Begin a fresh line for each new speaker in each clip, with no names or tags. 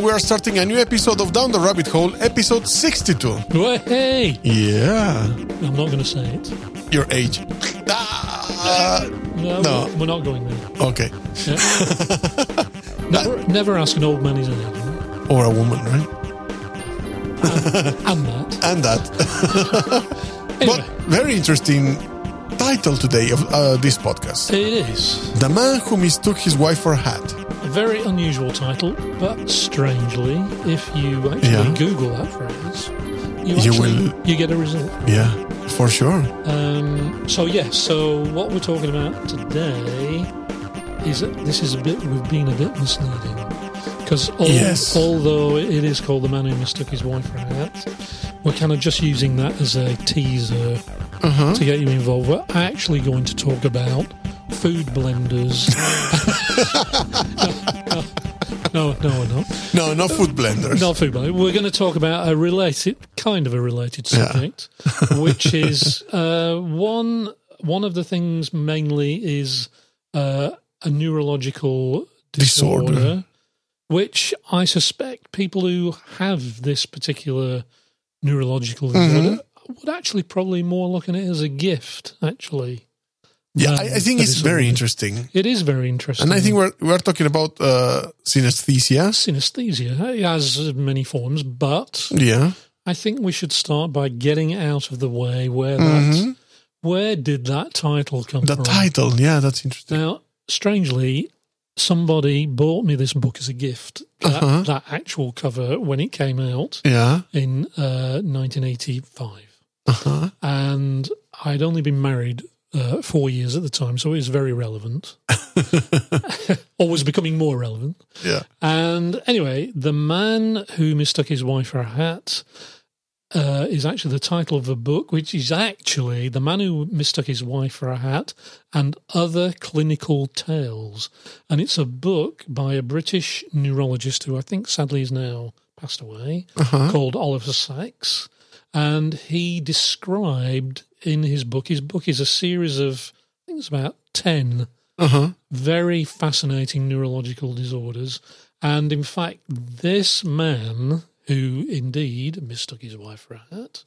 we are starting a new episode of Down the Rabbit Hole, episode 62.
Hey,
Yeah.
I'm not going to say it.
Your age. Ah,
No,
No.
We're, we're not going there.
okay.
Never, never ask an old man his age.
Or a woman, right?
And that.
And that.
Anyway,
Uh, But very interesting title today of uh, this podcast
it is
The Man Who Mistook His Wife for a Hat.
a very unusual title, but strangely, if you actually
Yeah.
Google that phrase,
You
you, actually,
will-
you get a result.
Yeah, for sure.
Um, so yes, so what we're talking about today is that this is a bit we've been a bit misleading because al-
Yes.
although it is called the man who mistook his wife for a hat, we're kind of just using that as a teaser to get you involved. We're actually going to talk about food blenders. no, no, no, we're not.
No, not food blenders.
Not food blending. We're going to talk about a related, kind of a related subject, which is uh, one one of the things mainly is uh, a neurological disorder,
Disorder.
which I suspect people who have this particular neurological
Mm-hmm.
disorder would actually probably more look at it as a gift. Actually,
yeah,
than
I, I think
a
it's very
disorder.
interesting.
It is very interesting,
And I think we're, we're talking about uh, synesthesias.
synesthesia it has many forms, but
Yeah.
I think we should start by getting out of the way where that where did that title come
Mm-hmm. The
from?
title. Yeah, that's interesting.
now, strangely, somebody bought me this book as a gift. That,
Uh-huh.
that actual cover when it came out
Yeah.
in uh, 1985,
Uh-huh.
and I'd only been married. Uh, four years at the time, so it was very relevant, or was becoming more relevant.
Yeah.
And anyway, the man who mistook his wife for a hat uh, is actually the title of a book, which is actually the man who mistook his wife for a hat and other clinical tales. And it's a book by a British neurologist who I think sadly is now passed away, called Oliver Sacks. And he described in his book. His book is a series of I think it's about ten
Uh-huh.
very fascinating neurological disorders. And in fact, this man, who indeed mistook his wife for a hat,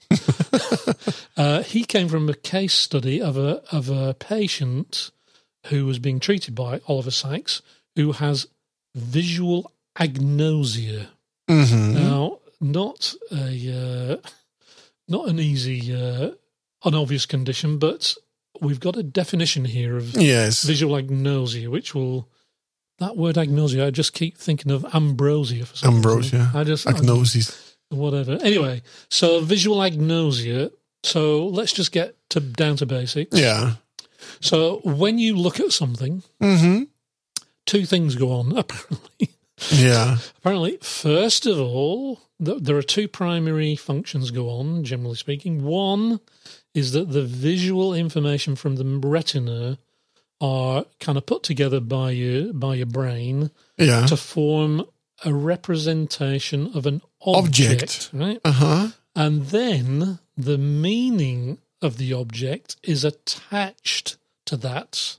uh, he came from a case study of a of a patient who was being treated by Oliver Sykes, who has visual agnosia.
Mm-hmm.
Now, not a uh, not an easy, uh, unobvious condition, but we've got a definition here of
Yes.
visual agnosia, which will that word agnosia. I just keep thinking of ambrosia for some reason.
Ambrosia.
I just I-
Agnosis.
whatever. Anyway, so visual agnosia. So let's just get to down to basics.
Yeah.
So when you look at something,
Mm-hmm.
two things go on. Apparently,
Yeah.
apparently, first of all, th- there are two primary functions go on. Generally speaking, one is that the visual information from the retina are kind of put together by your by your brain
Yeah.
to form a representation of an object,
Object.
right?
Uh-huh.
And then the meaning of the object is attached to that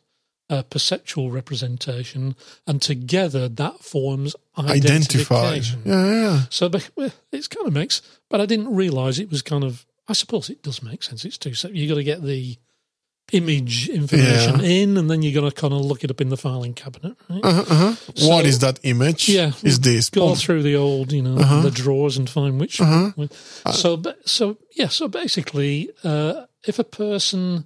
uh, perceptual representation, and together that forms
Identify.
identification.
Yeah, yeah.
So but, well, it's kind of makes, but I didn't realise it was kind of. I suppose it does make sense. It's two. So you got to get the image information in, and then you got to kind of look it up in the filing cabinet. Right?
Uh-huh. uh-huh.
So-
what is that image?
Yeah.
Is this?
go Uh-huh.
Oh,
through the old, you know, the drawers and find which.
Uh-huh.
one. So, ba- so yeah. So basically, uh, if a person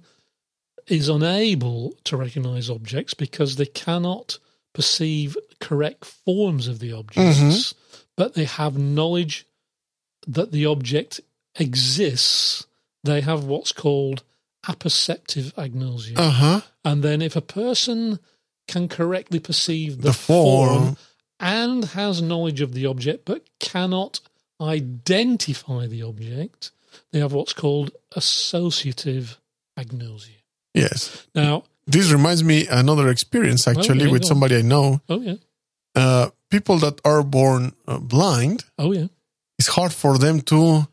is unable to recognize objects because they cannot perceive correct forms of the objects, but they have knowledge that the object exists, they have what's called apperceptive agnosia.
Uh-huh.
And then if a person can correctly perceive the,
The form.
form. and has knowledge of the object but cannot identify the object, they have what's called associative agnosia.
Yes.
Now,
This reminds me another experience actually
Okay,
with
go on.
somebody I know.
oh yeah,
Uh, people that are born uh, blind,
oh yeah,
it's hard for them to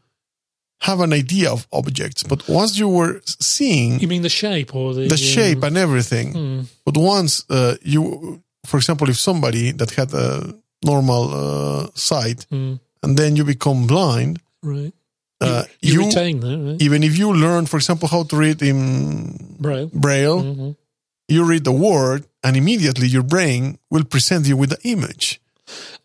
have an idea of objects. But once you were seeing
you mean the shape or the
the shape and everything,
um,
But once uh, you, for example, if somebody that had uh, normal uh, sight,
Mm,
and then you become blind,
right.
uh,
You,
you,
retain that, right?
even if you learn, for example, how to read in
Braille.
braille,
hmm
you read the word, and immediately your brain will present you with the image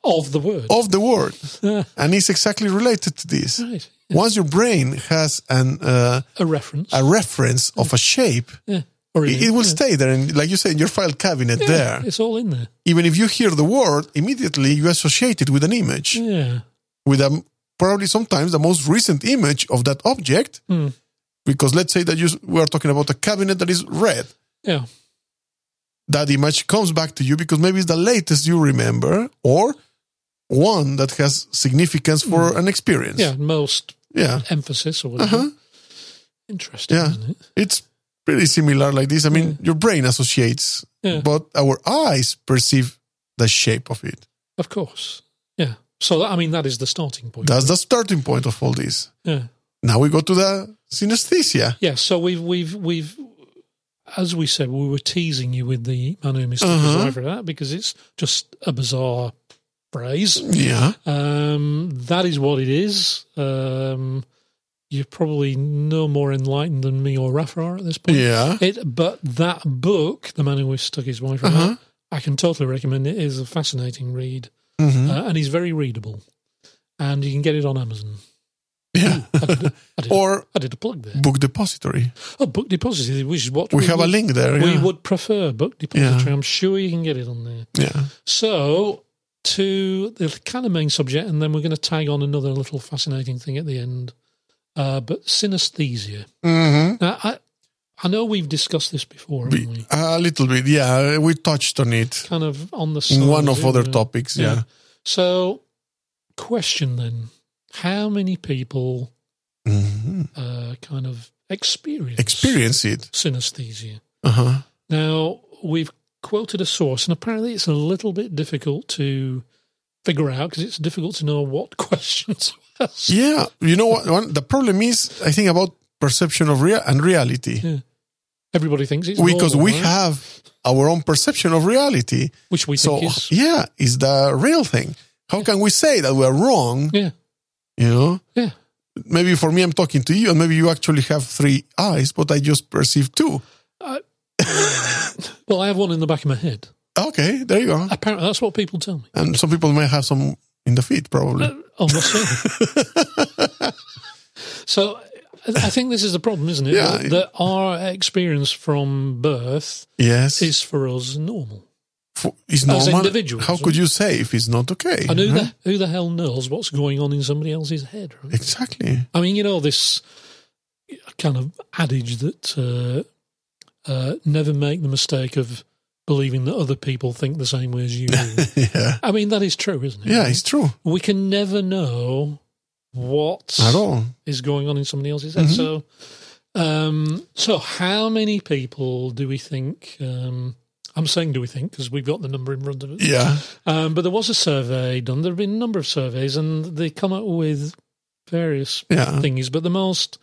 Of the word.
of the word,
Ah,
and it's exactly related to this.
right.
Once your brain has an uh,
A reference.
a reference of a shape,
yeah. Or
it, it will
yeah.
stay there, and like you say, in your file cabinet
Yeah,
there.
It's all in there.
Even if you hear the word, immediately you associate it with an image.
Yeah.
with a, probably sometimes the most recent image of that object.
Hmm.
Because let's say that you we are talking about a cabinet that is red.
Yeah.
That image comes back to you because maybe it's the latest you remember or one that has significance for an experience.
Hmm. Yeah. Mm-hmm. Most
Yeah.
emphasis or whatever.
Uh-huh.
Interesting,
Yeah.
isn't it?
It's pretty similar like this. I mean, your brain associates,
Yeah.
but our eyes perceive the shape of it.
Of course. Yeah. So, that, I mean, that is the starting point.
That's the starting point of all this.
yeah.
Now we go to the synesthesia.
Yeah, so we've we've we've as we said, we were teasing you with the Manu Mystic
Uh-huh.
for that because it's just a bizarre phrase.
Yeah.
Um, that is what it is. Um, you're probably no more enlightened than me or Rafa are at this point.
Yeah.
It, but that book, The Man Who Stuck His Wife, in
Uh-huh.
Hat, I can totally recommend it. It is a fascinating read,
Mhm.
uh, and he's very readable. And you can get it on Amazon.
Yeah.
I did, I did,
or
I did a plug there.
book depository.
Oh, book depository, which is what
We have a link there.
we
yeah.
would prefer book depository. I'm sure you can get it on there.
yeah.
So to the kind of main subject, and then we're going to tag on another little fascinating thing at the end. Uh, but synesthesia.
Mhm.
Now, I I know we've discussed this before, haven't we?
We- A little bit. Yeah. We touched on it
Kind of on the
in
side,
one of other
yeah.
topics. Yeah.
So, question then: How many people
Mhm.
uh, kind of experience
Experience it.
synesthesia?
Uh
Uh-huh.
huh.
Now, we've quoted a source, and apparently it's a little bit difficult to figure out because it's difficult to know what questions to ask.
Yeah. You know what? One, the problem is, I think, about perception of real and reality.
Everybody thinks it's
Because we
normal, right?
have our own perception of reality.
which we
So,
think is
yeah, is the real thing. How can we say that we're wrong?
yeah,
You know?
yeah,
Maybe for me, I'm talking to you, and maybe you actually have three eyes, but I just perceive two.
Well, I have one in the back of my head.
Okay, there you go.
Apparently, that's what people tell me.
And some people may have some in the feet, probably.
Uh, Almost certainly. so, I I think this is the problem, isn't it?
Yeah.
That, that our experience from birth
yes.
is for us normal.
F- it's normal.
individuals,
How could you say if it's not okay?
And who
Huh?
the who the hell knows what's going on in somebody else's head? Right?
Exactly.
I mean, you know, this kind of adage that uh, uh, never make the mistake of believing that other people think the same way as you do.
yeah.
I mean, that is true, isn't it?
Yeah, it's true.
we can never know what
At all. Mm-hmm.
is going on in somebody else's head. So, um, so how many people do we think? Um, I'm saying, do we think? Because we've got the number in front of us.
Yeah.
Um, but there was a survey done. There have been a number of surveys, and they come up with various
Yeah.
thingies. But the most,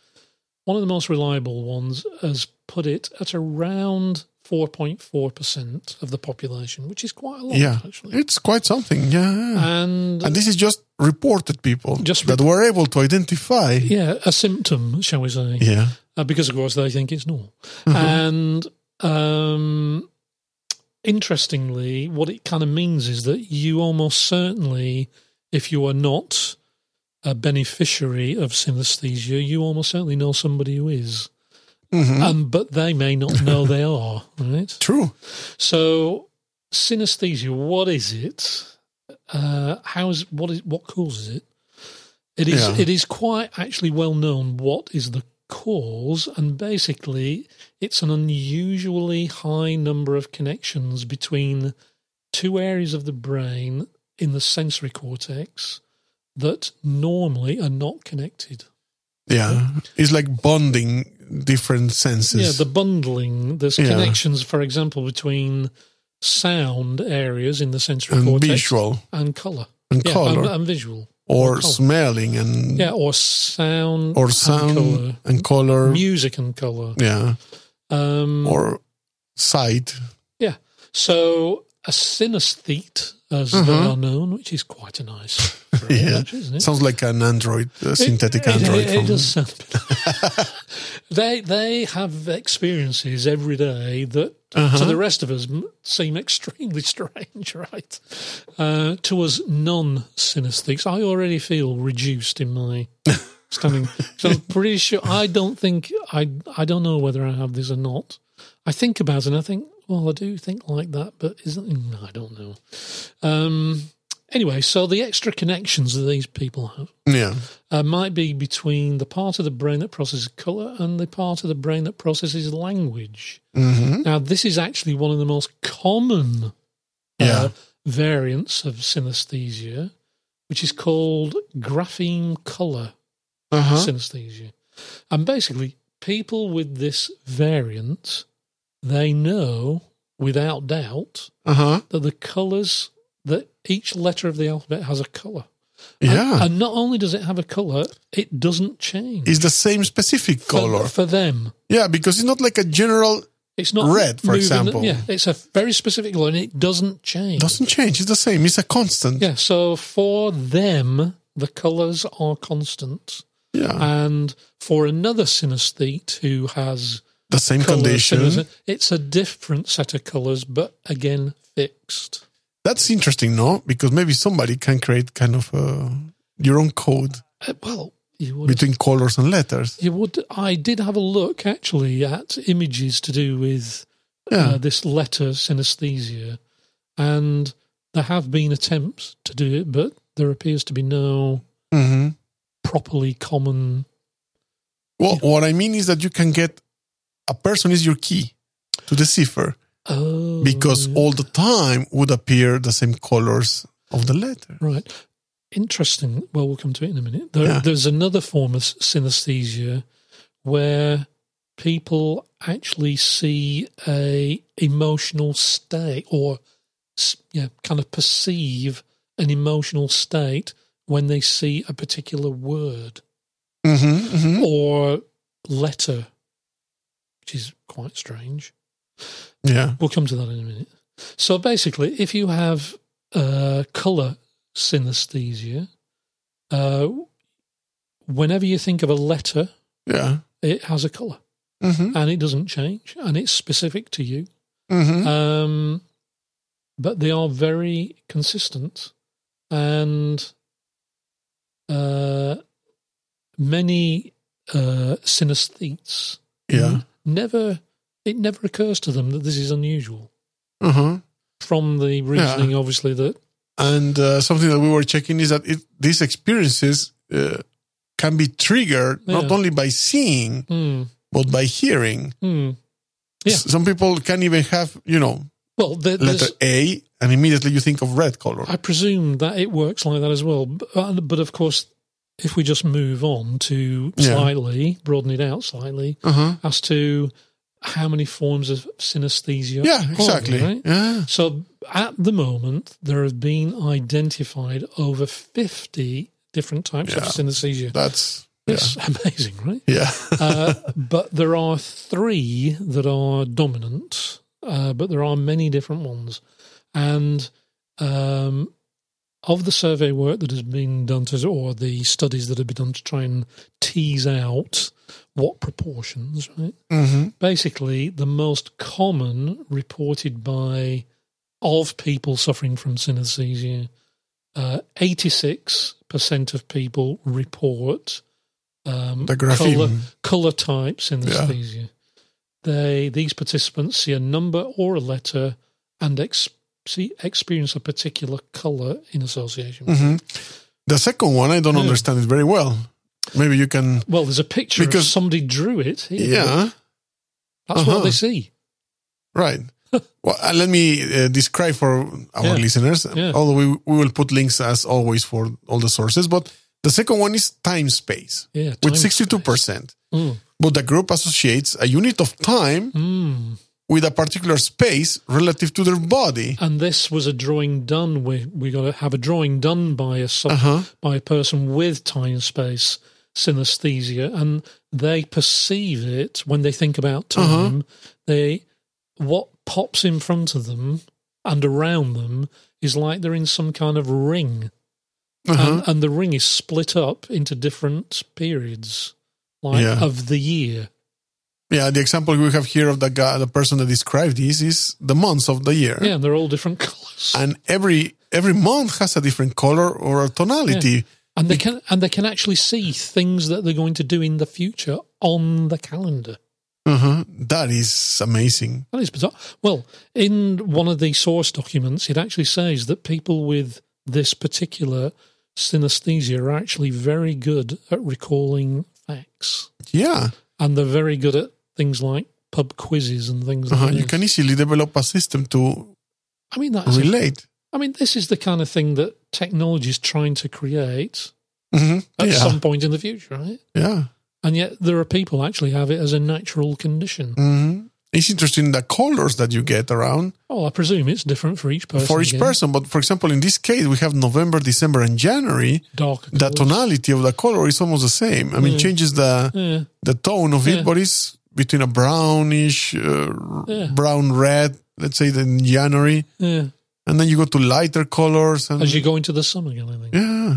one of the most reliable ones, has put it at around 4.4 percent of the population, which is quite a lot,
Yeah.
actually.
It's quite something. Yeah.
And
and this is just reported people
Uh, Just
that were able to identify. Yeah.
yeah, a symptom, shall we say? Uh, because of course they think it's normal. And um, interestingly, what it kind of means is that you almost certainly, if you are not a beneficiary of synesthesia, you almost certainly know somebody who is.
Mhm.
Um, but they may not know they are, right?
True.
So, synesthesia, what is it? Uh, how is what is what causes it? It is
Yeah.
it is quite actually well known what is the cause, and basically, it's an unusually high number of connections between two areas of the brain in the sensory cortex that normally are not connected.
Yeah. It's like bonding different senses.
Yeah, the bundling. There's
Yeah.
connections, for example, between sound areas in the sensory
and
cortex
visual
and color,
and
yeah,
color
And, and visual,
or
colour.
smelling and
yeah, or sound,
or
and
sound
colour.
and color.
music and color.
Yeah.
Um,
Or sight.
yeah. So a synesthete, as they are known, which is quite a nice phrase,
Uh-huh. Yeah.
actually, isn't it?
Sounds like an Android, a synthetic
It- it-
Android.
It, it
from,
does sound. they they have experiences every day that
Uh-huh.
to the rest of us m- seem extremely strange, right? Uh, to us non synesthetes, I already feel reduced in my standing. so I'm pretty sure I don't think I I don't know whether I have this or not. I think about it and I think, well, I do think like that, but isn't mm, I don't know. Um, anyway, so the extra connections that these people have
yeah.
uh, might be between the part of the brain that processes color and the part of the brain that processes language.
hmm
Now, this is actually one of the most common uh,
Yeah.
variants of synesthesia, which is called grapheme color
Uh-huh.
synesthesia. And basically, people with this variant, they know without doubt
Uh-huh.
that the colors that each letter of the alphabet has a color.
Yeah.
And not only does it have a color, it doesn't change.
it's the same specific
For-
color.
for, them.
yeah, because it's not like a general
It's not
Red, for
moving-
example.
Yeah, it's a very specific color, and it doesn't change.
doesn't change. It's the same. It's a constant.
Yeah, so for them, the colors are constant,
Yeah.
and for another synesthete who has
the same
colour
condition.
synesthesia, it's a different set of colors, but again fixed.
That's interesting, no? Because maybe somebody can create kind of uh, your own code
Uh, well, you would
between colors and letters.
You would. I did have a look actually at images to do with
Yeah.
uh, this letter synesthesia, and there have been attempts to do it, but there appears to be no
hmm
properly common.
Well, what I mean is that you can get a person is your key to the cipher
Oh,
because all the time would appear the same colors of the letter.
right, interesting. Well, we'll come to it in a minute. There,
Yeah.
There's another form of synesthesia where people actually see a emotional state or s- yeah, kind of perceive an emotional state when they see a particular word
Mm-hmm, hmm
or letter, which is quite strange.
Yeah.
We'll come to that in a minute. So basically, if you have uh, color synesthesia, uh, whenever you think of a letter,
Yeah.
it has a color
Mm-hmm,
and it doesn't change and it's specific to you.
mm-hmm.
Um, but they are very consistent, and uh, many uh, synesthetes
yeah.
never it never occurs to them that this is unusual.
Uh-huh.
From the reasoning, obviously, that
And uh, something that we were checking is that it, these experiences uh, can be triggered not
Yeah.
only by seeing,
hmm,
but by hearing.
hmm. Yeah.
S- Some people can even have, you know,
well, there,
letter
there's,
A, and immediately you think of red color.
I presume that it works like that as well. But, but of course, if we just move on to
Yeah.
slightly broaden it out slightly,
Uh-huh.
as to how many forms of synesthesia.
Yeah,
are,
exactly.
right?
Yeah.
So at the moment, there have been identified over 50 different types of
Yeah.
synesthesia.
That's yeah.
It's amazing, right?
Yeah.
uh, but there are three that are dominant, uh, but there are many different ones. And um, of the survey work that has been done to, or the studies that have been done to try and tease out what proportions, right?
hmm
basically the most common reported by of people suffering from synesthesia. Uh, 86% of people report um,
The grapheme.
color, color type synesthesia. They these participants see a number or a letter and ex- see, experience a particular color in association. with
hmm The second one, I don't
Yeah.
understand it very well. Maybe you can.
Well, there's a picture because
Because-
somebody drew it. here.
Yeah.
that's
uh-huh.
what they see.
Right. Well, uh, let me uh, describe for our
Yeah.
listeners.
Yeah.
Although we, we will put links as always for all the sources, but the second one is time space
Yeah,
with
time
sixty-two
space.
percent.
Mm.
But the group associates a unit of time
Mm.
with a particular space relative to their body.
and this was a drawing done we we got to have a drawing done by a so-
Uh-huh.
by a person with time and space synesthesia and they perceive it when they think about
Uh-huh.
time they what pops in front of them and around them is like they're in some kind of ring,
Uh-huh.
and, and the ring is split up into different periods, like
Yeah.
of the year.
yeah, the example we have here of the guy, the person that described this is the months of the year,
Yeah, and they're all different colours, and,
and every every month has a different color or a tonality.
they can and they can actually see things that they're going to do in the future on the calendar.
Uh-huh. That is amazing.
That is bizarre. Well, in one of the source documents, it actually says that people with this particular synesthesia are actually very good at recalling facts,
Yeah,
and they're very good at things like pub quizzes and things
uh-huh.
like
you
that.
can easily develop a system to
I mean, that's. I
relate.
mean, this is the kind of thing that technology is trying to create
Mhm.
at
Yeah,
some point in the future, right?
yeah.
And yet, there are people actually have it as a natural condition.
hmm It's interesting the colors that you get around
Oh, I presume it's different for each person.
for each
again.
person. But for example, in this case, we have November, December, and January.
darker.
The
colours.
tonality of the color is almost the same. I mean,
Mm.
changes the
Yeah.
the tone of
Yeah.
it, but it's between a brownish, uh,
Yeah.
brown red, let's say, in January,
Yeah.
and then you go to lighter colors. And
As you go into the sun again, I think.
yeah,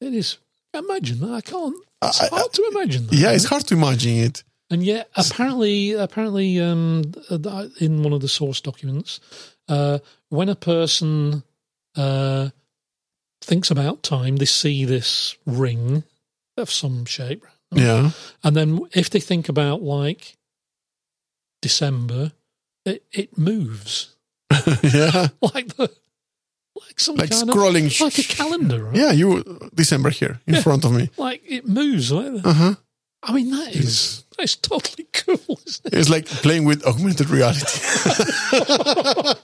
It is. Imagine that. I can't. It's
I- I-
hard to imagine that.
yeah, it's hard to imagine it.
And yet, apparently, apparently, um, th- in one of the source documents, uh, when a person uh, thinks about time, they see this ring of some shape,
Yeah,
and then if they think about like December, it, it moves
yeah,
like the like some
like
kind
scrolling.
of like a calendar, right?
Yeah, you December here in
Yeah.
front of me.
Like it moves. Like that.
Uh huh.
I mean, that is that's totally cool, isn't it?
It's like playing with augmented reality.
I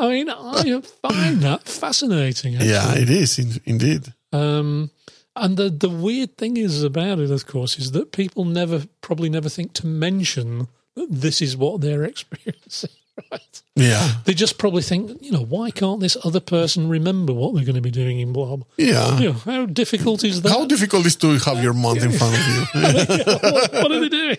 mean, I find that fascinating. Actually.
Uh, yeah, it is in, indeed.
Um, and the the weird thing is about it, of course, is that people never probably never think to mention that this is what they're experiencing. Right?
Yeah,
They just probably think, you know, why can't this other person remember what they're going to be doing in blob?
yeah.
You know, how difficult is that?
How difficult is to have your month in front of you?
what, what are they doing?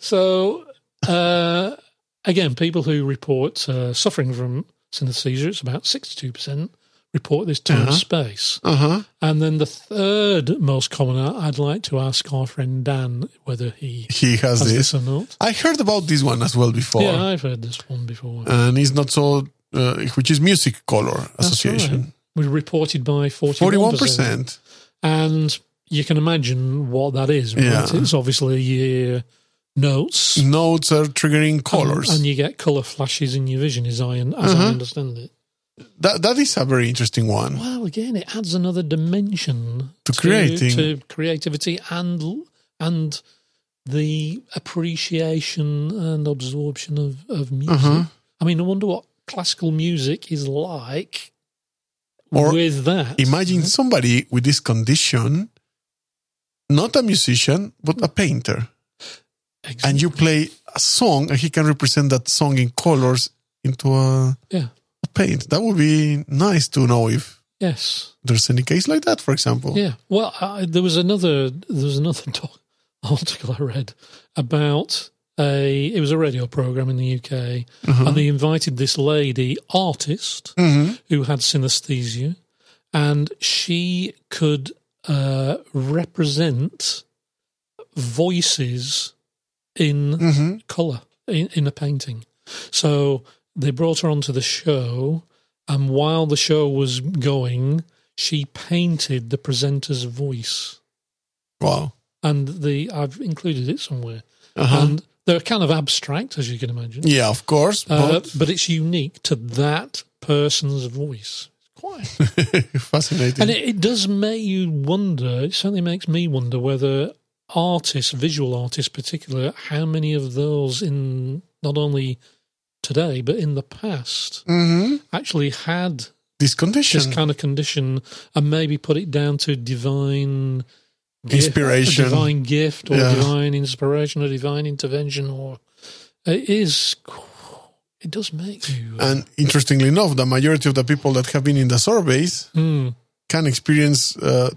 So, uh, again, people who report uh, suffering from synesthesia, it's about 62%, report this time
Uh-huh.
space.
Uh huh.
And then the third most common, I- I'd like to ask our friend Dan whether he
He has
has this
this.
or not.
I heard about this one as well before,
Yeah, I've heard this one before.
and it's not so. Uh, which is music color association.
We reported by 41%.
Forty-one percent.
And you can imagine what that is, right?
Yeah.
It's obviously uh, notes.
Notes are
Um,
triggering colors.
And, and you get colour flashes in your vision, as I, as I
Uh-huh.
understand it.
that that is a very interesting one.
Well, again, it adds another dimension
To creating.
to creativity and l- and the appreciation and absorption of, of music.
Uh-huh.
I mean, I wonder what classical music is like
Or
with that.
Imagine somebody with this condition, not a musician, but a painter.
Ex-
and you play a song and he can represent that song in colors into a,
Yeah.
a paint that would be nice to know if
yes,
there's any case like that for example
yeah. Well, I, there was another there was another doc, article I read about a it was a radio program in the UK, and they invited this lady artist
Mhm.
who had synesthesia, and she could uh, represent voices in
Mhm.
color in, in a painting. So they brought her onto the show, and while the show was going, she painted the presenter's voice.
wow
And the I've included it somewhere,
Uh-huh.
and they're kind of abstract, as you can imagine.
yeah of course
Uh,
but
but it's unique to that person's voice. Quite.
fascinating
And it, it does make you wonder, it certainly makes me wonder whether artists, visual artists in particular, how many of those in not only today but in the past
Mhm.
actually had
this condition
this kind of condition and maybe put it down to divine gift-
Inspiration.
a divine gift or
Yeah.
divine inspiration or divine intervention or it is it does make you
and interestingly enough the majority of the people that have been in the surveys
Hmm.
can experience uh,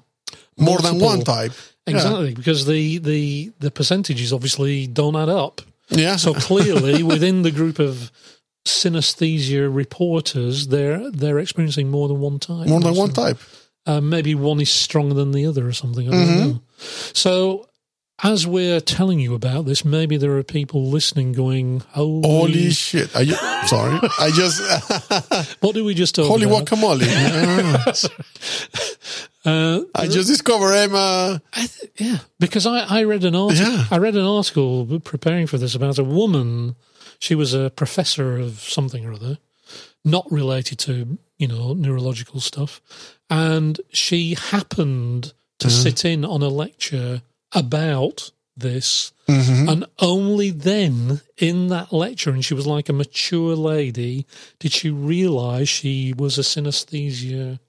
more than
Multiple.
one type
Exactly, because the, the the percentages obviously don't add up.
yeah
So clearly, within the group of synesthesia reporters, they're they're experiencing more than one type.
More than
or
one
something.
type.
Uh, maybe one is stronger than the other or something. I don't
Mhm.
know. So, as we're telling you about this, maybe there are people listening going, "Holy,
Holy shit! I ju- sorry, I just
what do we just talk
holy
about?"
guacamole. Ah.
Uh,
I just discovered Emma.
I th- yeah, because I, I read an article.
Yeah.
I read an article preparing for this about a woman. She was a professor of something or other, not related to you know neurological stuff, and she happened to sit in on a lecture about this, and only then in that lecture, and she was like a mature lady, did she realise she was a synesthesia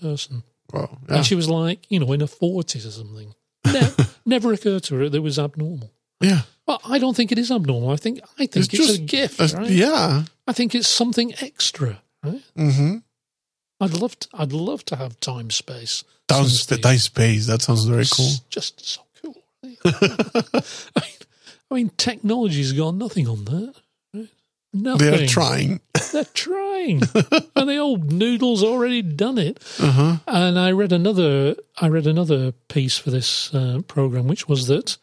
person.
Wow. Yeah.
And she was like, you know, in her forties or something. Ne- never occurred to her that it was abnormal.
yeah.
Well, I don't think it is abnormal. I think I think it's, a gift.
it's-
right?
Yeah.
I think it's something extra. Right?
Mm-hmm.
I'd love to. I'd love to have time space.
Down,
Since the-
down space. That sounds very cool.
It's Just so cool. I mean, I mean, technology's got nothing on that. right? Nothing.
They are trying.
They're trying, and the old noodle's already done it.
Uh-huh.
And I read another. I read another piece for this uh, program, which was that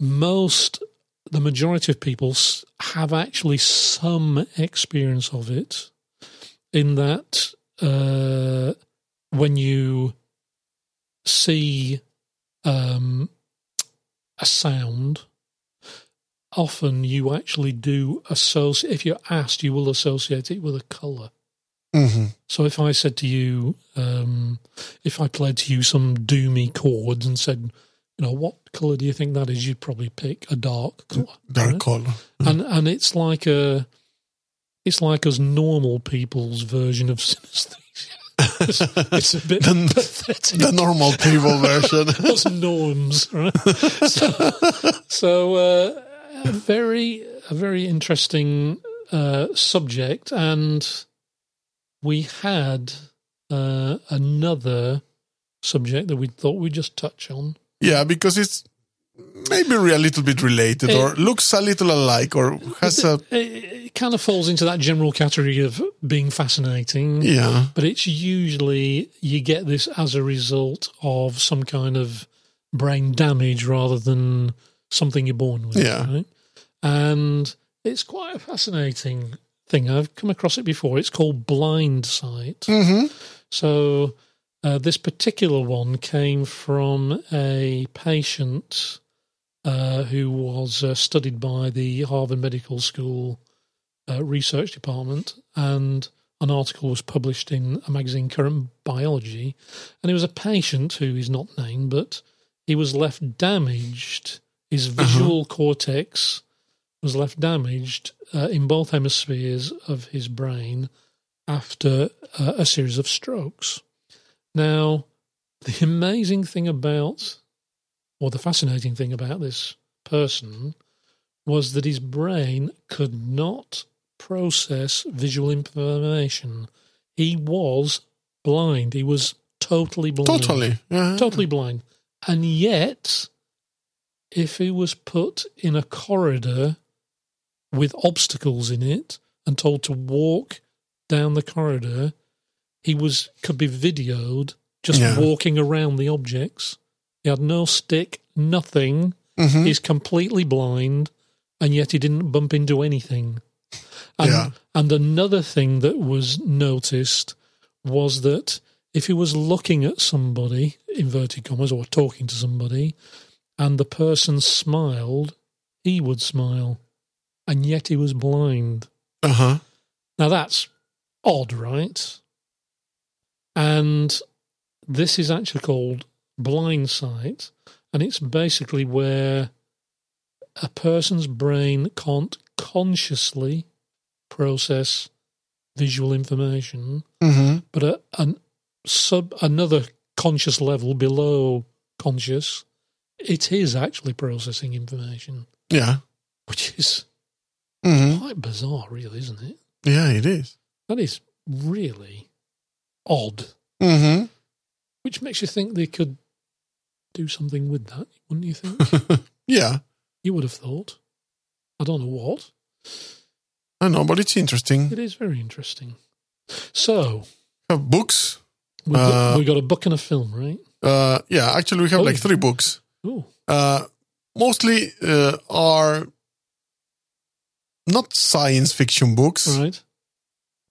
most, the majority of people s- have actually some experience of it. In that, uh, when you see um, a sound, often you actually do associate. If you're asked, you will associate it with a color.
Mm-hmm.
So if I said to you, um, if I played to you some doomy chords and said, you know, what color do you think that is? You'd probably pick a dark color,
Dark color.
and and it's like a, it's like us normal people's version of synesthesia. It's, it's a bit
The-
pathetic.
The normal people version.
Us norms, right? so, so uh, a very a very interesting uh, subject, and we had uh, another subject that we thought we'd just touch on.
yeah, because it's maybe we're a little bit related
Eh.
or looks a little alike or has a.
It, it kind of falls into that general category of being fascinating.
Yeah.
But it's usually you get this as a result of some kind of brain damage rather than something you're born with.
Yeah.
Right? And it's quite a fascinating thing. I've come across it before. It's called blind sight.
Mm-hmm.
So uh, this particular one came from a patient uh, who was uh, studied by the Harvard Medical School uh, Research Department, and an article was published in a magazine, Current Biology, and it was a patient who is not named, but he was left damaged. His visual cortex was left damaged uh, in both hemispheres of his brain after uh, a series of strokes. Now, the amazing thing about, or the fascinating thing about this person, was that his brain could not process visual information. He was blind. He was totally blind
Totally.
Mm-hmm.
Yeah.
totally blind. And yet, if he was put in a corridor with obstacles in it and told to walk down the corridor, he was could be videoed just
Yeah.
walking around the objects. He had no stick, nothing.
Mhm.
He's completely blind, and yet he didn't bump into anything. And,
Yeah.
and another thing that was noticed was that if he was looking at somebody, inverted commas, or talking to somebody, and the person smiled, he would smile, and yet he was blind.
Uh huh.
Now that's odd, right? And this is actually called blind sight, and it's basically where a person's brain can't consciously process visual information,
Mm-hmm.
but at an sub another conscious level below conscious, it is actually processing information,
Yeah.
which is
Mm-hmm.
quite bizarre, really, isn't it?
Yeah, it is.
That is really odd,
Mm-hmm.
which makes you think they could do something with that, wouldn't you think?
Yeah.
you would have thought. I don't know what.
I know, but it's interesting.
It is very interesting. So
Have books.
we got,
Uh,
we got a book and a film, right?
Uh, yeah, actually, we have
Oh.
like three books.
Ooh,
Uh, mostly uh, are not science fiction books.
right.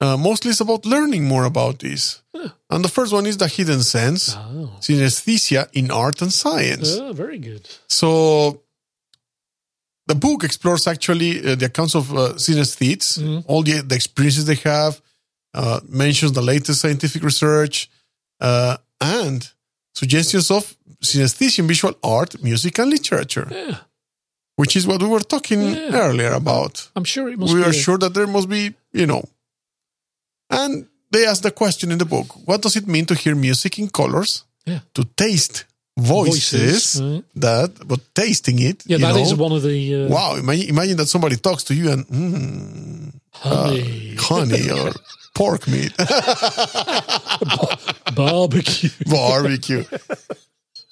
Uh, mostly it's about learning more about this.
Huh.
And the first one is the hidden sense,
Oh,
synesthesia in art and science.
Ah, very good.
So the book explores actually uh, the accounts of uh, synesthetes,
Mhm.
all the, the experiences they have, uh, mentions the latest scientific research, uh, and suggestions of synesthesia in visual art, music, and literature,
Yeah,
which is what we were talking
Yeah.
earlier about.
I'm sure it must.
We
be
are
a-
sure that there must be, you know. And they ask the question in the book what does it mean to hear music in colors,
Yeah.
to taste voices?
right?
that, but tasting it.
Yeah,
you
that
know?
is one of the uh,
Wow, imagine, imagine that somebody talks to you and mm,
honey
honey or pork meat,
barbecue.
barbecue.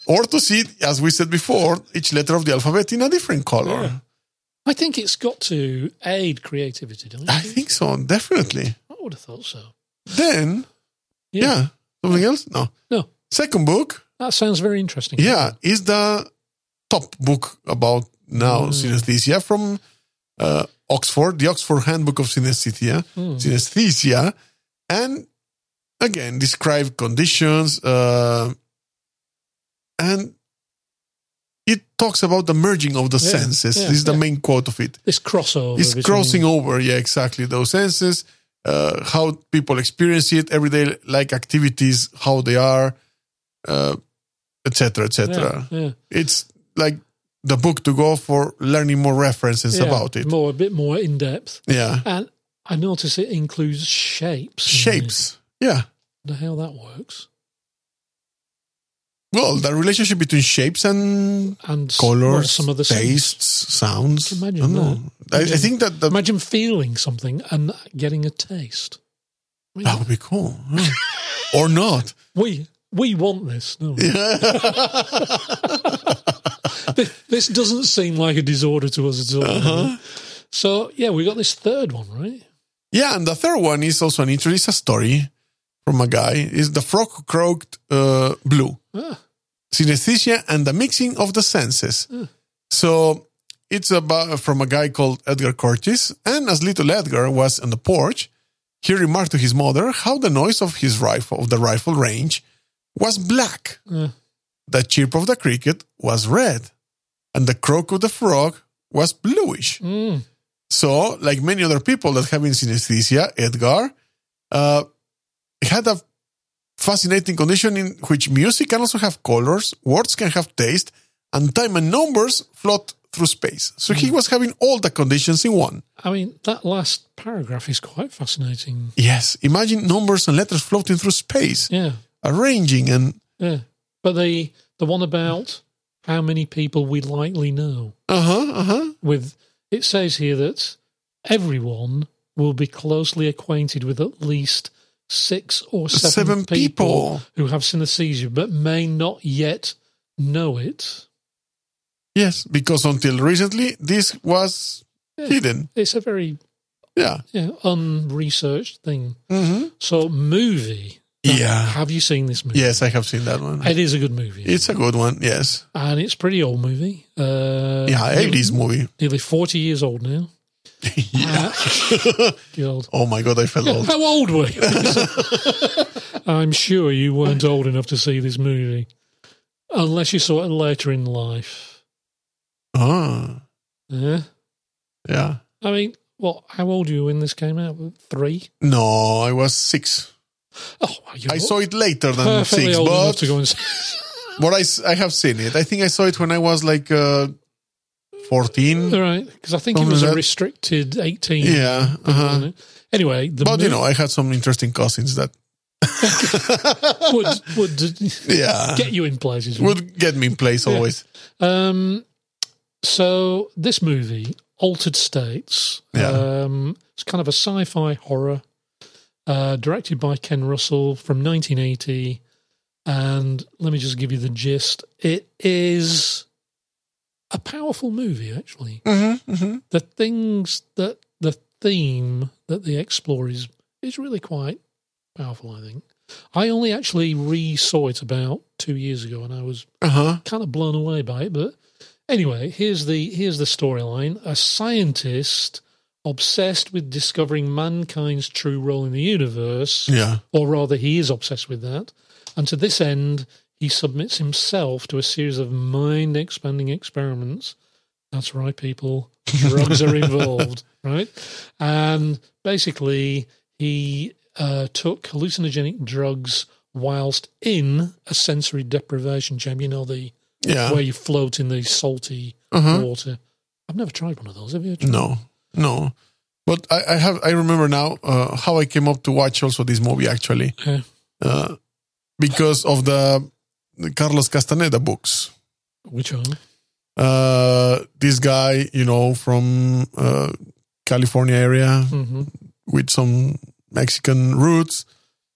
or to see, it, as we said before, each letter of the alphabet in a different color.
Yeah. I think it's got to aid creativity, don't you?
I think so, definitely.
I would have thought so.
Then,
Yeah.
yeah. something else? No.
No.
Second book,
That sounds very interesting.
yeah, is the top book about now
Mm.
synesthesia from uh, Oxford, the Oxford Handbook of Synesthesia.
Hmm.
synesthesia, and again describe conditions. Uh, and it talks about the merging of the
Yeah,
senses.
yeah,
this is the
yeah.
main quote of it.
This crossover.
It's
between-
crossing over, yeah, exactly those senses. Uh, how people experience it, everyday like activities, how they are, uh, etc., etc.
Yeah, yeah.
It's like the book to go for learning more references
Yeah,
about it.
More, a bit more in depth.
Yeah,
And I notice it includes shapes.
shapes.
Mm-hmm.
Yeah,
I wonder how that works.
Well, the relationship between shapes and
And s-
colors,
well, some of the sense.
tastes, sounds.
Imagine
I, don't know. I, I
Imagine-
think that that,
Imagine feeling something and getting a taste. I mean,
that would be cool. Yeah. or not.
we we want this. No,
uh-huh.
This- this doesn't seem like a disorder to us at all.
Uh-huh.
So yeah, we got this third one, right?
Yeah, and the third one is also an interesting it's a story from a guy. Is the frog who croaked uh, blue.
Ah,
synesthesia and the mixing of the senses.
Mm.
So it's about from a guy called Edgar Cortes. And as little Edgar was on the porch, he remarked to his mother how the noise of his rifle of the rifle range was black.
Yeah.
The chirp of the cricket was red, and the croak of the frog was bluish.
mm,
So, like many other people that have been synesthesia, Edgar uh, had a fascinating condition in which music can also have colors, words can have taste, and time and numbers float through space. So he was having all the conditions in one.
I mean that last paragraph is quite fascinating.
Yes, imagine numbers and letters floating through space,
Yeah,
arranging and
yeah. But the the one about how many people we likely know
uh huh, uh huh.
with it says here that everyone will be closely acquainted with at least six or seven,
Seven
people
people.
who have synesthesia but may not yet know it.
Yes, because until recently this was
Yeah.
hidden.
It's a very
Yeah.
yeah, unresearched thing.
Mm-hmm.
So movie.
Yeah.
Have you seen this movie?
Yes, I have seen that one.
It is a good movie.
It's a good one. Yes.
and it's a pretty old movie. Uh,
Yeah,
nearly,
eighties movie.
nearly 40 years old now.
yeah.
Good old.
oh my god, I felt old.
How old were you? I'm sure you weren't old enough to see this movie. Unless you saw it later in life.
Ah,
Yeah.
yeah.
I mean, what? How old were you when this came out? Three?
No, I was six.
Oh, well, you're
I saw it later than
perfectly
six,
old enough
but
to go and see.
but I, s- I have seen it. I think I saw it when I was like uh, fourteen.
All right, because I think it
Something
was
like
a
that.
restricted 18.
Yeah. Uh-huh.
wasn't it? Anyway, the
But you
mo-
know, I had some interesting cousins that
would would
yeah
get you in places.
would get me in place
Yeah.
always.
Um, so this movie, Altered States,
Yeah.
um, it's kind of a sci-fi horror, uh, directed by Ken Russell from 1980, and let me just give you the gist. It is a powerful movie, actually.
Mm-hmm,
The things that the theme that they explore is is really quite powerful. I think I only actually re-saw it about two years ago, and I was
Uh huh.
kind of blown away by it. But anyway, here's the here's the storyline: a scientist obsessed with discovering mankind's true role in the universe,
Yeah.
or rather, he is obsessed with that. And to this end, he submits himself to a series of mind-expanding experiments. That's right, people. Drugs are involved, right? And basically, he uh, took hallucinogenic drugs whilst in a sensory deprivation chamber. You know the
Yeah.
where you float in the salty
Uh-huh.
water. I've never tried one of those. Have you? Tried?
No. No. But I, I have I remember now uh, how I came up to watch also this movie actually
Yeah.
uh, because of the, the Carlos Castaneda books.
Which one?
Uh, this guy, you know, from uh, California area,
hmm
with some Mexican roots.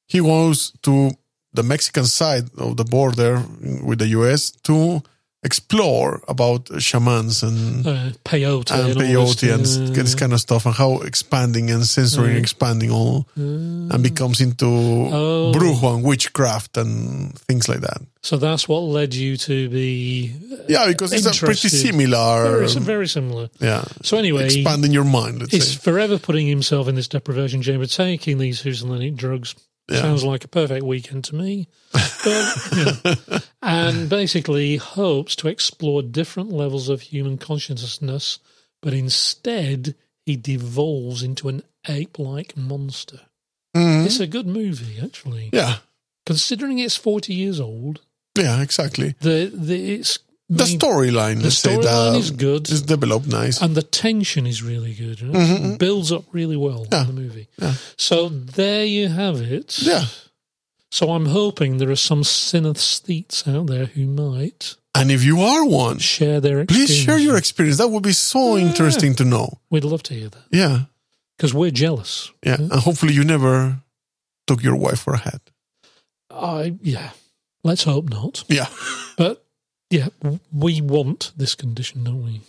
He goes to the Mexican side of the border with the US to explore about shamans and,
Uh, peyote.
and
all this-
Um, peyote and s-
yeah,
this kind of stuff and how expanding and sensory
Mm.
expanding all
yeah.
and becomes into
Oh.
brujo and witchcraft and things like that.
So that's what led you to be.
Yeah, because it's a pretty
Interesting.
similar. um,
Very, very similar.
yeah.
So anyway,
Expanding your mind, let's
he's
say.
forever putting himself in this deprivation chamber, taking these hallucinogenic drugs.
Yeah.
Sounds like a perfect weekend to me. But, you know, and basically hopes to explore different levels of human consciousness, but instead he devolves into an ape like monster.
Mhm.
It's a good movie, actually.
Yeah.
Considering it's 40 years old,
Yeah, exactly.
the, the, it's.
The
made-
storyline,
the
let's say,
storyline is good. Ah.
It's developed nice.
and the tension is really good. Right? It builds up really well
Mm-hmm, Yeah.
in the movie.
Yeah.
So there you have it.
Yeah.
So I'm hoping there are some synesthetes out there who might
And if you are one,
share their experience.
please share your experience. That would be so
Yeah.
interesting to know.
We'd love to hear that
Yeah.
because we're jealous.
Yeah. And hopefully you never took your wife for a hat.
I yeah. Let's hope not.
Yeah.
But yeah, w- we want this condition, don't we?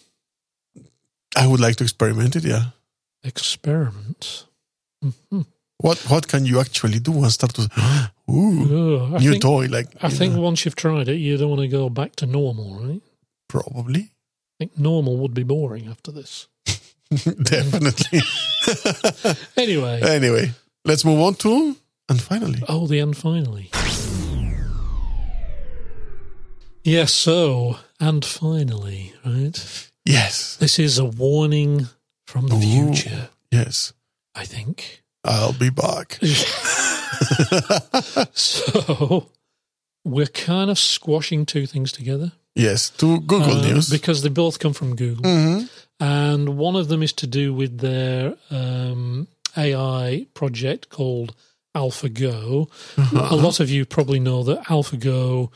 I would like to experiment it. Yeah.
Experiment.
What What can you actually do and start to, ooh,
Ugh, I
new
think,
toy? Like,
I
you
think
know,
once you've tried it, you don't want to go back to normal, right?
probably.
I think normal would be boring after this.
Definitely. Uh,
Anyway,
anyway, let's move on to, and finally,
Oh, the end finally. Yes, so, and finally, right?
yes.
This is a warning from the
Ooh.
future,
Yes.
I think.
I'll be back.
so, we're kind of squashing two things together.
yes. To Google
uh,
News.
Because they both come from Google.
hmm
And one of them is to do with their um, AI project called AlphaGo. A lot of you probably know that AlphaGo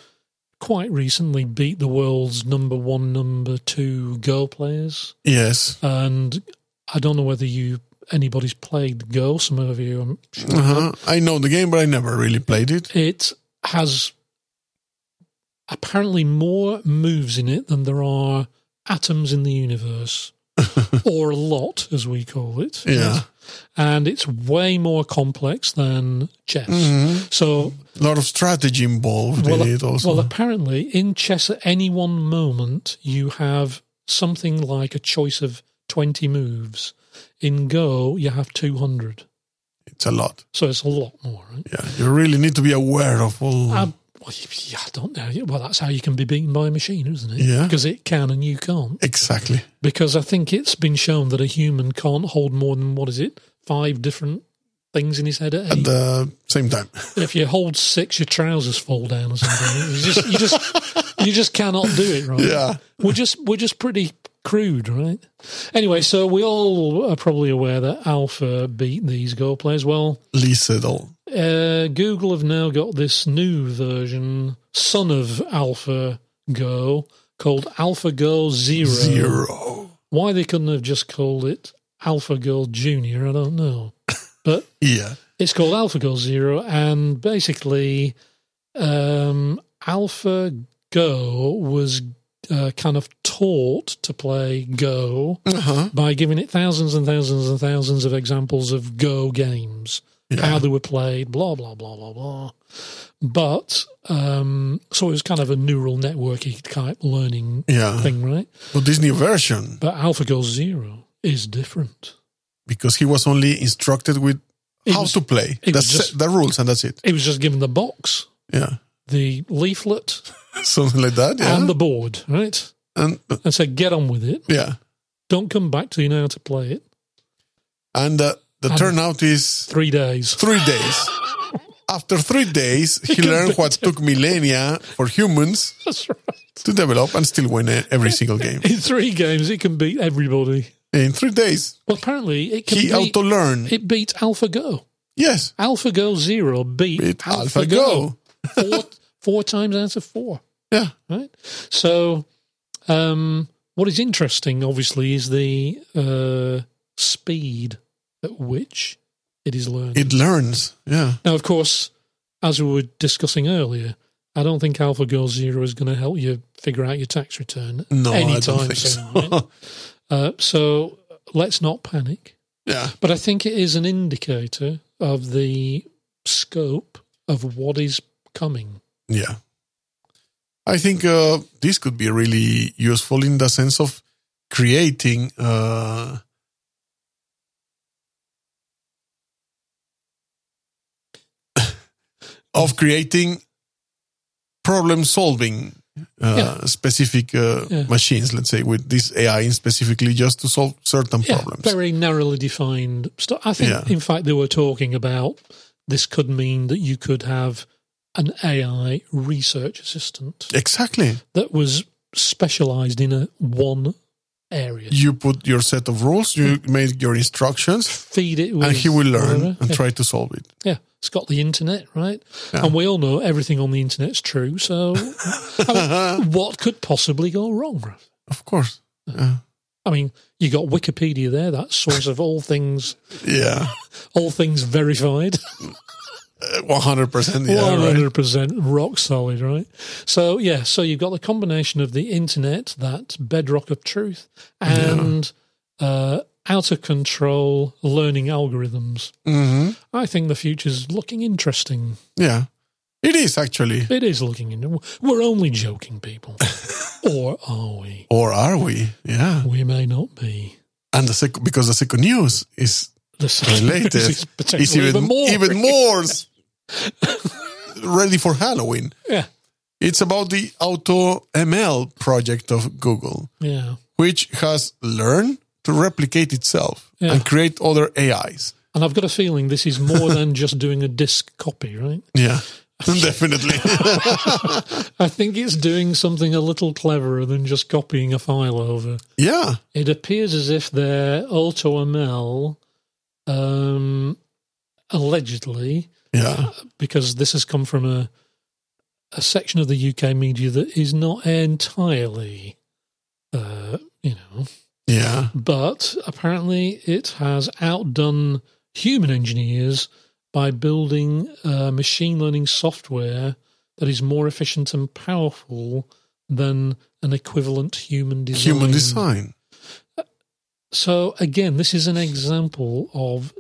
quite recently beat the world's number one, number two Go players.
Yes.
And I don't know whether you anybody's played Go. Some of you, um, I'm sure.
Uh-huh. I know the game, but I never really played it.
It has apparently more moves in it than there are atoms in the universe, or a lot, as we call it.
Yeah.
And it's way more complex than chess.
Mm.
So
A Mm-hmm. lot of strategy involved
Well,
in it also.
Well, apparently, in chess, at any one moment, you have something like a choice of 20 moves. In Go, you have 200.
it's a lot.
So it's a lot more, right?
Yeah. You really need to be aware of all.
Um, well, you- yeah, I don't know. Well, that's how you can be beaten by a machine, isn't it?
Yeah.
Because it can and you can't.
exactly.
Because I think it's been shown that a human can't hold more than, what is it, five different things in his head at
At
eight.
the same time.
if you hold six, your trousers fall down or something. You just, you just, you just cannot do it, right?
Yeah.
we're just we're just pretty crude, right? Anyway, so we all are probably aware that Alpha beat these Go players. Well,
Lisa all.
uh, Google have now got this new version, son of Alpha Go, called Alpha Go Zero.
Zero.
Why they couldn't have just called it Alpha Go Junior, I don't know, but
Yeah.
it's called AlphaGo Zero, and basically, um, AlphaGo was uh, kind of taught to play Go
Uh-huh.
by giving it thousands and thousands and thousands of examples of Go games, how they were played, blah, blah, blah, blah, blah. But, um, so it was kind of a neural networky type learning
Yeah.
thing, right?
But this new version,
But AlphaGo Zero is different.
because he was only instructed with
It
how
was-
to play.
it
That's
was just-
the rules and that's it.
It was just given the box,
Yeah.
the leaflet,
Something like that. Yeah.
and the board, right?
and uh,
And said, get on with it.
yeah.
Don't come back till you know how to play it.
And uh, the
And-
turnout is
Three days.
three days. After three days, he learned what took millennia for humans
That's right.
to develop and still win uh, every single game.
In three games, it can beat everybody.
In three days,
Well, apparently, it can
he
beat,
auto learned.
it beat AlphaGo.
Yes,
AlphaGo Zero beat,
with
AlphaGo.
AlphaGo.
four, four times out of four,
Yeah,
right? So, um, what is interesting, obviously, is the uh, speed at which it is learned.
it learns. Yeah,
Now, of course, as we were discussing earlier, I don't think AlphaGo Zero is going to help you figure out your tax return
no, I
anytime
don't think
soon.
so.
right? Uh, so let's not panic.
yeah,
But I think it is an indicator of the scope of what is coming.
yeah. I think uh, this could be really useful in the sense of creating. Uh, Of creating problem solving uh, specific uh,
Yeah.
machines, let's say, with this AI in specifically just to solve certain
Yeah,
problems.
very narrowly defined stuff. I think,
Yeah.
in fact, they were talking about this could mean that you could have an AI research assistant
Exactly.
that was specialized in a one area.
You put your set of rules, you make your instructions,
Feed it with
and he will learn
whatever.
and
Yeah.
try to solve it.
Yeah, it's got the internet, right?
Yeah.
And we all know everything on the internet's true. So, I mean, what could possibly go wrong? Ralph?
Of course. Yeah.
I mean, you got Wikipedia there, that source of all things,
Yeah.
all things verified,
Uh, 100%. Yeah.
one
right.
hundred percent rock solid, right? So, yeah, so you've got the combination of the internet, that bedrock of truth, and uh, out of control learning algorithms.
Mhm.
I think the future's looking interesting.
Yeah. It is actually.
It is looking in. We're only joking, people. or are we?
Or are we? Yeah.
We may not be.
And the second, because the second news is,
The same
Related.
is potentially
is even,
even more.
even more s- ready for Halloween.
Yeah.
It's about the Auto ML project of Google,
Yeah.
which has learned to replicate itself
Yeah.
and create other AIs.
And I've got a feeling this is more than just doing a disk copy, right?
Yeah. Definitely.
I think it's doing something a little cleverer than just copying a file over.
yeah.
It appears as if their AutoML, um, allegedly,
Yeah.
because this has come from a a section of the UK media that is not entirely, uh, you know,
Yeah.
but apparently it has outdone human engineers by building uh, machine learning software that is more efficient and powerful than an equivalent human design.
Human design.
So again, this is an example of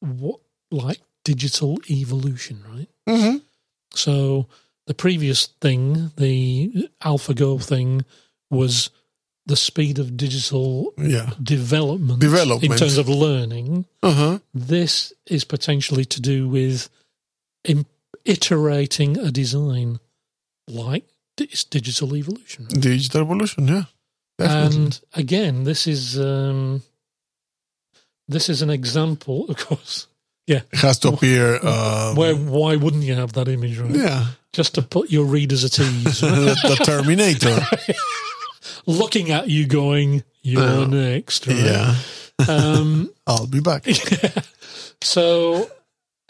what like digital evolution, right?
hmm
Mm-hmm. So the previous thing, the AlphaGo thing, was the speed of digital
Yeah.
development,
Development.
in terms of learning.
Uh huh.
This is potentially to do with im- iterating a design like di- it's digital evolution.
Digital evolution. Yeah. Definitely.
And again, this is um, this is an example, of course.
has to appear. Um,
Where why wouldn't you have that image, right?
yeah.
Just to put your readers at ease. right?
the Terminator.
looking at you going, you're
Yeah.
next. Right?
yeah.
Um,
I'll be back.
so,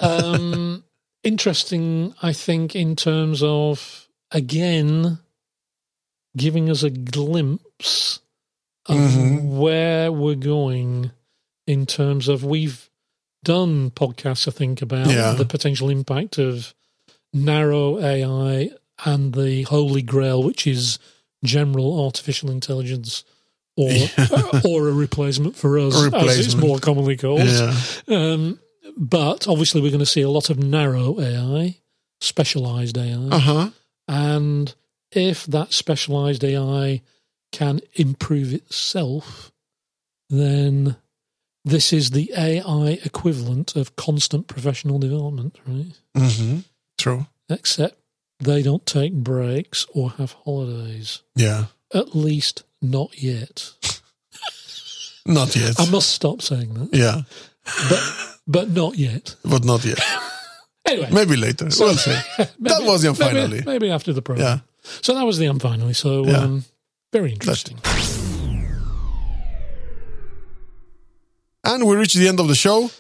um, interesting, I think, in terms of, again, giving us a glimpse of
Mhm.
where we're going in terms of we've done podcasts, I think, about
Yeah.
the potential impact of narrow AI and the holy grail, which is general artificial intelligence or uh, or a replacement for us, as it's
Replacement.
more commonly called.
Yeah.
Um, but obviously, we're going to see a lot of narrow AI, specialized AI,
Uh huh.
and if that specialized AI can improve itself, then this is the AI equivalent of constant professional development, right?
hmm True.
Except they don't take breaks or have holidays.
Yeah.
At least not yet.
Not yet.
I must stop saying that,
yeah,
but but not yet.
but not yet.
Anyway,
Maybe later. we'll see.
maybe-
that was the
maybe-
finally.
Maybe, after the program.
Yeah.
So that was the end finally. So
Yeah.
um, very interesting.
And we reached the end of the show.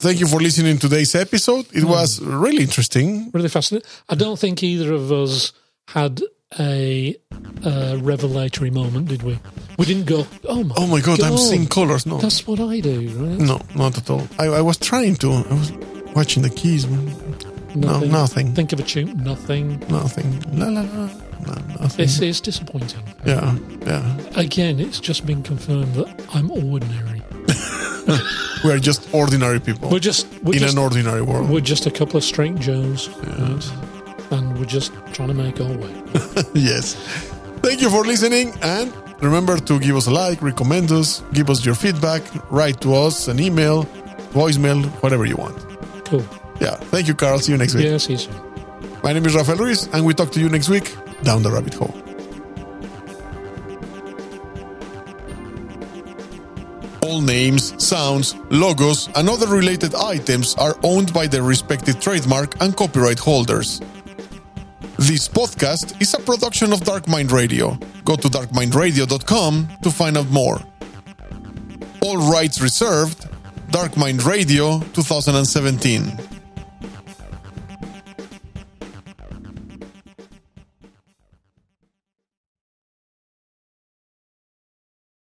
Thank you for listening to today's episode. It
Mm.
was really interesting.
really fascinating. I don't think either of us had a uh, revelatory moment, did we? We didn't go. Oh my!
Oh my god, I'm
God.
seeing colors. No,
That's what I do, right?
no, not at all. I, I was trying to. I was watching the keys. man. No, Mm-hmm. nothing.
Think of a tune. Nothing.
Nothing. La la la. No, nothing.
This is disappointing.
Yeah, yeah.
Again, it's just been confirmed that I'm ordinary.
We are just ordinary people
We're just we're
in
just
an ordinary world.
we're just a couple of straight Joes, right? and we're just trying to make our way.
yes. Thank you for listening and remember to give us a like, recommend us, give us your feedback, write to us an email, voicemail, whatever you want.
Cool.
Yeah. Thank you, Carl. See you next week.
Yeah. See you soon.
My name is Rafael Ruiz and we talk to you next week down the rabbit hole. All names, sounds, logos, and other related items are owned by their respective trademark and copyright holders. This podcast is a production of Dark Mind Radio. Go to darkmindradio.com to find out more. All rights reserved. Dark Mind Radio 2017.